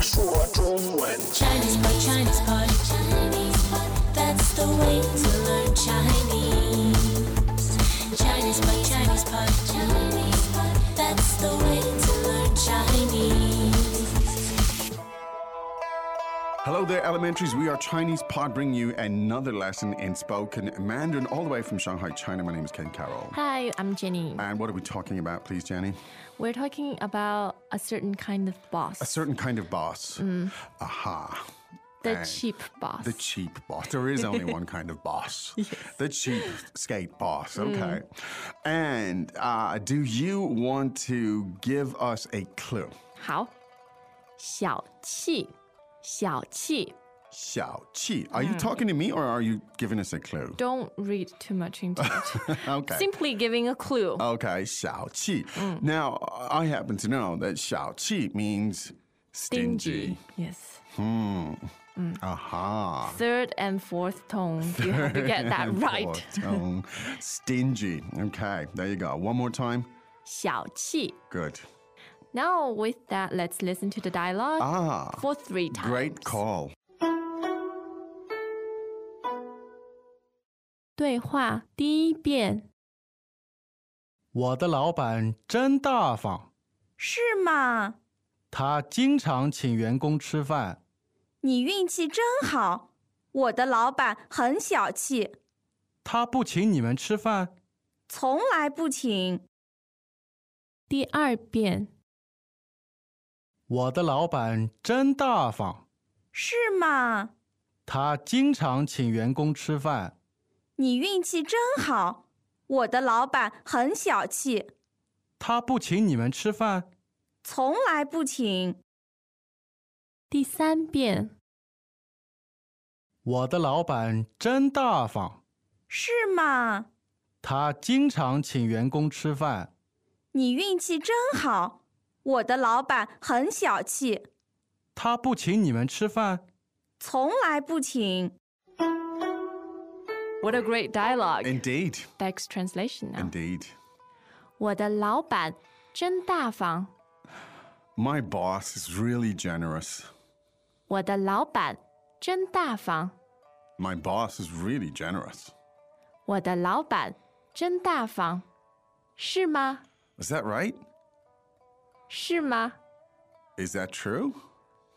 说中文。 Chinese pot, Chinese pot, Chinese pot. That's the way to learn Chinese. Chinese pot, Chinese pot, Chinese pot. That's the way to learn Chinese. Hello there, elementaries. We are Chinese Pod bringing you another lesson in spoken Mandarin all the way from Shanghai, China. My name is Ken Carroll. Hi, I'm Jenny. And what are we talking about, please, Jenny? We're talking about a certain kind of boss. A certain kind of boss. Aha. the and cheap boss. The cheap boss. There is only one kind of boss. The cheap skate boss. Okay. And uh, do you want to give us a clue? 好，小气，小气。 Xiao Qi, are you talking to me or are you giving us a clue? Don't read too much into it. Okay. Oh, Simply giving a clue. Okay, Xiao Qi. Mm. Now, I happen to know that Xiao Qi means stingy. Hmm. Yes. Mm. Aha. Third and fourth tone. You have to get that right. Tongue. Oh, stingy. Okay, there you go. One more time. 小气. Good. Now, with that, let's listen to the dialogue Ah, for three Uh, times. great call. 对话第一遍，我的老板真大方，是吗？他经常请员工吃饭。你运气真好。我的老板很小气，他不请你们吃饭，从来不请。第二遍，我的老板真大方，是吗？他经常请员工吃饭。你运气真好。我的老板很小气，他不请你们吃饭，从来不请。第三遍，我的老板真大方，是吗？他经常请员工吃饭。你运气真好。我的老板很小气，他不请你们吃饭，从来不请。 What a great dialogue! Indeed. Beck's translation now. Indeed. 我的老板真大方， My boss is really generous. 我的老板真大方， My boss is really generous. 我的老板真大方，是吗？ Is that right? 是吗？ Is that true?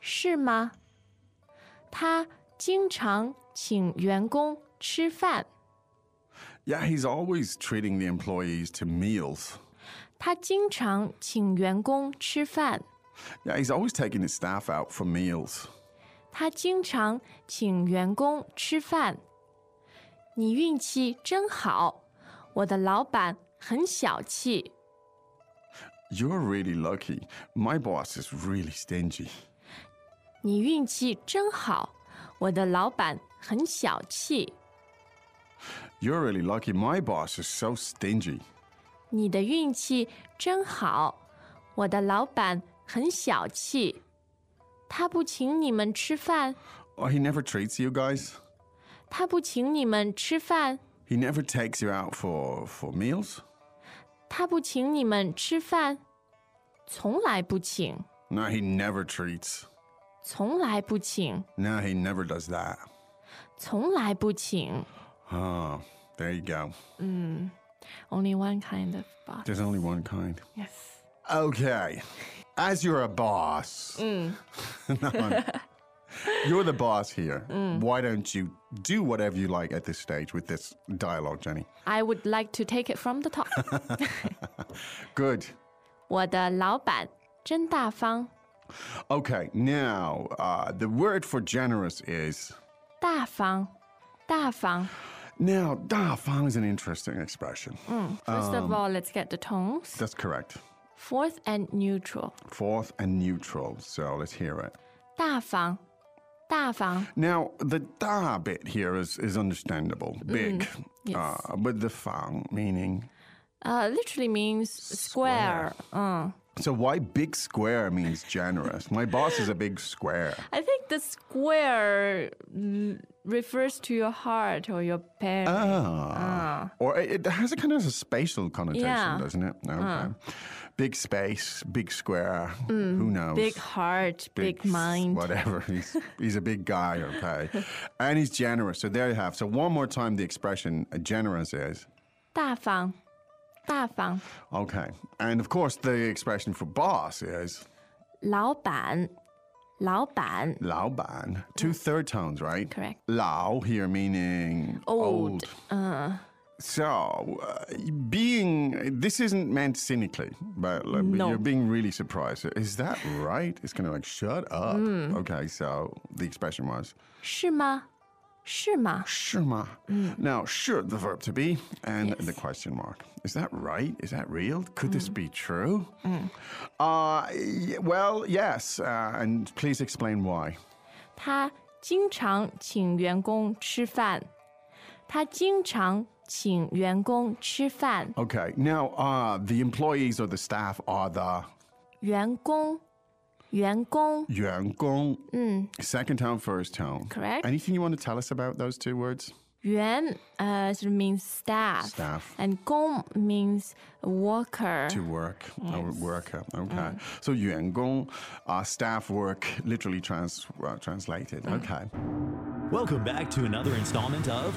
是吗？他经常请员工吃饭， Yeah, he's always treating the employees to meals. 他经常请员工吃饭， Yeah, he's always taking his staff out for meals. 他经常请员工吃饭。你运气真好，我的老板很小气， You're really lucky. My boss is really stingy. 你运气真好，我的老板很小气。 You're really lucky. My boss is so stingy. 你的运气真好，我的老板很小气，他不请你们吃饭， Oh, he never treats you guys. 他不请你们吃饭， He never takes you out for for meals. 他不请你们吃饭，从来不请， No, he never treats. 从来不请， No, he never does that. 从来不请。嗯 Oh, there you go. Only one kind of boss. There's only one kind. Yes. Okay. As you're a boss. No, I'm- you're the boss here. Why don't you do whatever you like at this stage with this dialogue, Jenny? I would like to take it from the top. Good. 我的老板真大方， Okay, now uh, the word for generous is 大方，大方。 now. Da fang is an interesting expression. First of all, let's get the tones. That's correct. Fourth and neutral. Fourth and neutral. So let's hear it. 大方，大方， Now the da bit here is is understandable. Big, Mm-hmm. yes. uh, but the fang meaning. uh, literally means square. Mm. So why big square means generous? My boss is a big square. I think the square mm, refers to your heart or your parent. Ah. Or it, it has a kind of a spatial connotation, Yeah. Ah. doesn't it? Okay. Big space, big square. Who knows? Mm. Big heart, big, s- mind. Whatever. He's, he's a big guy, okay. and he's generous. So there you have. So one more time, the expression uh, generous is. 大方，大方， Okay. And of course, the expression for boss is 老板，老板 lao ban. Two third tones, right? Correct. Lao here meaning Old, Uh-huh. old. So, uh, being, this isn't meant cynically, but like, No. you're being really surprised. Is that right? It's kind of like, shut up. Hmm. Okay, so the expression was, 是吗？是吗？ shuma. Now, sure, the verb to be, and the question mark. Is that right? Is that real? Could this be true? Uh, y- well, yes, uh, and please explain why. 他经常请员工吃饭。他经常请员工吃饭。 Okay, now, uh, the employees or the staff are the 员工，员工，员工. Second tone, first tone. Correct. Anything you want to tell us about those two words? 员呃、sort of means staff, Staff. and 工 means worker. To work or worker. Okay. So 员工, uh, staff work, literally trans uh, translated. Okay. Welcome back to another installment of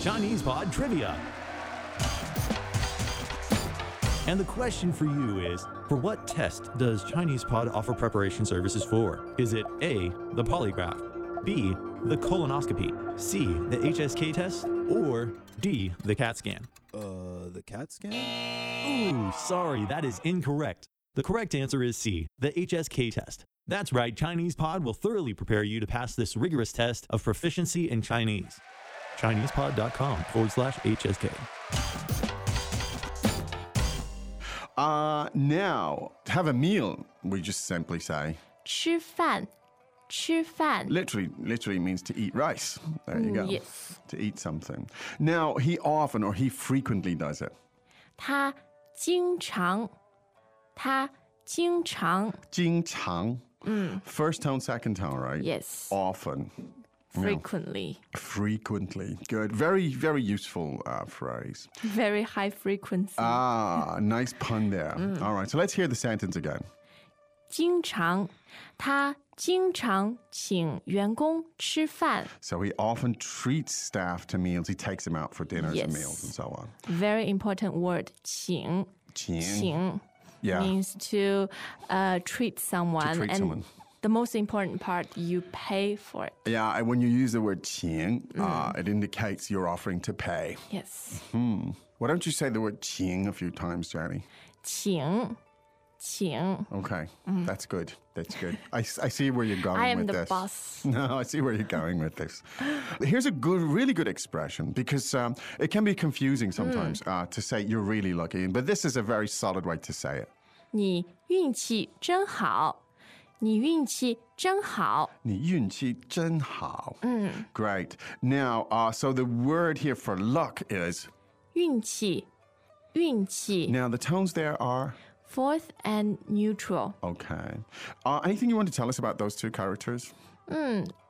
Chinese Pod Trivia. And the question for you is For what test does Chinese Pod offer preparation services for? Is it A, the polygraph, B, the colonoscopy, C, the HSK test, or D, the CAT scan? Uh, the cat scan? Ooh, sorry, that is incorrect. The correct answer is C, the HSK test. That's right, Chinese Pod will thoroughly prepare you to pass this rigorous test of proficiency in Chinese. ChinesePod.com forward slash HSK. Uh, now, to have a meal, we just simply say, 吃饭，吃饭。 literally, literally means to eat rice. There you go. Mm, yes. To eat something. Now, he often or he frequently does it. 他经常，他经常 Jing Chang. First tone, second tone, right? Mm. Yes. Often. frequently Frequently. Good. Very, very useful uh, phrase. very high frequency，、 Ah, nice pun there. Mm. All right, so let's hear the sentence again. 经常，他经常请员工吃饭。 So he often treats staff to meals. He takes them out for dinners and meals Yes. and so on. Very important word，请， Qing. 请 Yeah. means to uh, treat someone treat and someone. the most important part you pay for it. Yeah, and when you use the word qing, uh, Mm. it indicates you're offering to pay. Yes， Why don't you say the word qing a few times, Jenny? 请，请。 Okay, that's good. That's good. I, s- I see where you're going Mm-hmm. I am with the this. boss. No, I see where you're going with this. Here's a good, really good expression because um, it can be confusing Mm. sometimes uh, to say you're really lucky, but this is a very solid way to say it. 你运气真好，你运气真好。你运气真好. Mm. Great. Now, uh, so the word here for luck is. 运气，运气。 Now, the tones there are. Fourth and neutral. Okay. Uh, anything you want to tell us about those two characters?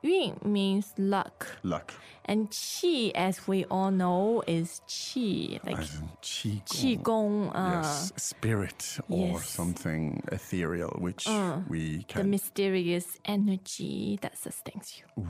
运 means luck, Luck. and qi, as we all know, is qi, like As in qi qi gong. gong. Uh, Yes, spirit or yes. Uh, something ethereal, which we The can mysterious energy that sustains you,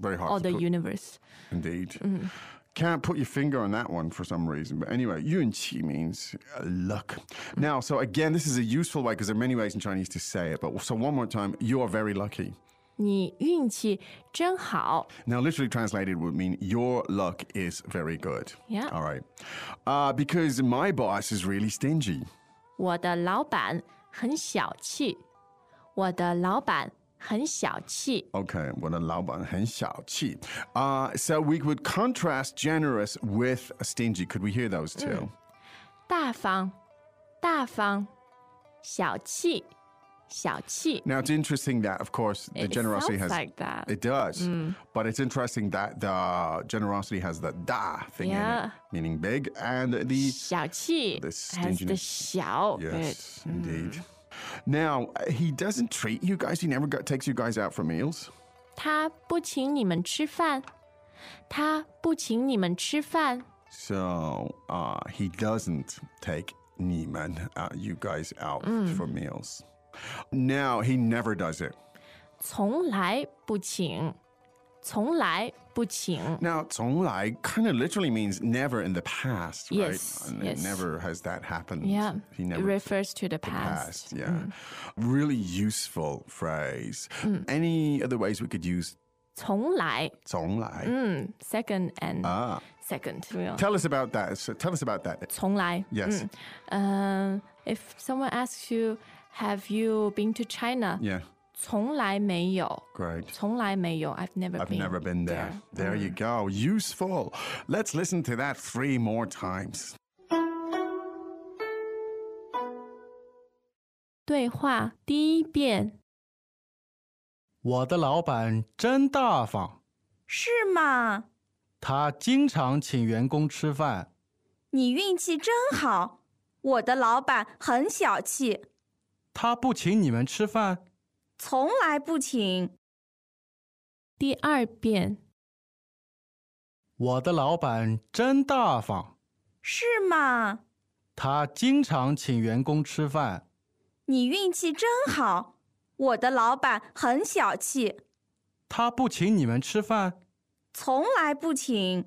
very hard or to the put- universe. Indeed. Mm-hmm. Can't put your finger on that one for some reason. But anyway, yun qi means uh, luck. Mm. Now, so again, this is a useful way because there are many ways in Chinese to say it. But so one more time, you are very lucky. 你运气真好， Now, literally translated would mean your luck is very good. Yeah. All right. Uh, because my boss is really stingy. 我的老板很小气，我的老板很小气。 Okay, 我的老板很小气. Uh, so we would contrast generous with stingy. Could we hear those two? Mm. 大方，大方，小气，小气。 Now it's interesting that, of course, the It generosity has sounds like Mm. that. It does, but it's interesting that the generosity has the da thing in Yeah. it, meaning big, and the 小气 The has the stinginess. 小 yes, Mm. indeed. Now he doesn't treat you guys. He never got, takes you guys out for meals. but 他不请你们吃饭，他不请你们吃饭。 So uh, he doesn't take Nieman, uh, you guys out Mm. for meals. Now he never does it. 从来不请，从来不请。 Now, 从来 kind of literally means never in the past, right? Yes, And it yes. Never has that happened. Yeah, Mm. He it never refers to the the past. yeah. Really useful phrase. Mm. Any other ways we could use 从来，从来?嗯，second and Ah, second. 对吧 tell us about that. So tell us about that. 从来。 Yes. 嗯、呃 i f someone asks you, have you been to China？、 Yeah, 从来没有， great. 从来没有。I've never I've been. never been there. There you go. Useful. Let's listen to that three more times. 对话第一遍，我的老板真大方，是吗？他经常请员工吃饭。你运气真好，我的老板很小气，他不请你们吃饭，从来不请。第二遍，我的老板真大方，是吗？他经常请员工吃饭。你运气真好，我的老板很小气，他不请你们吃饭，从来不请。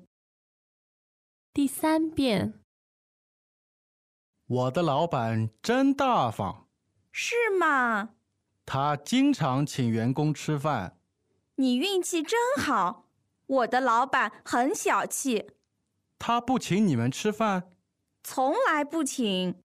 第三遍，我的老板真大方，是吗？他经常请员工吃饭。你运气真好，我的老板很小气，他不请你们吃饭，从来不请。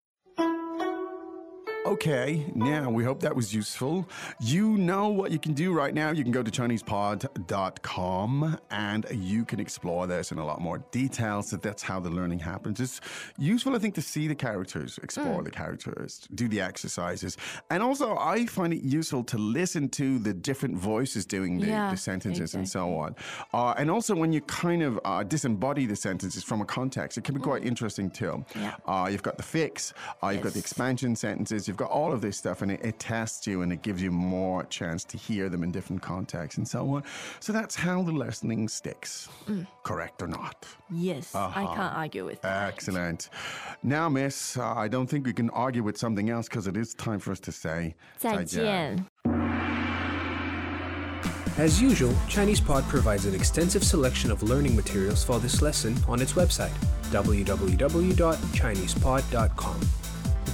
Okay, now we hope that was useful. You know what you can do right now. You can go to ChinesePod.com and you can explore this in a lot more detail. So that's how the learning happens. It's useful, I think, to see the characters, explore the characters, do the exercises. And also, I find it useful to listen to the different voices doing the, Yeah, the sentences and so on. Uh, and also, when you kind of uh, disembody the sentences from a context, it can be quite interesting too. Uh, you've got the fix, uh, you've got the expansion sentences, you've got all of this stuff, and it, it tests you and it gives you more chance to hear them in different contexts and so on. So that's how the listening sticks, correct or not. Yes, I can't argue with that. Excellent. Now, Miss, uh, I don't think we can argue with something else because it is time for us to say 再见。 As usual, ChinesePod provides an extensive selection of learning materials for this lesson on its website, www.chinesepod.com. You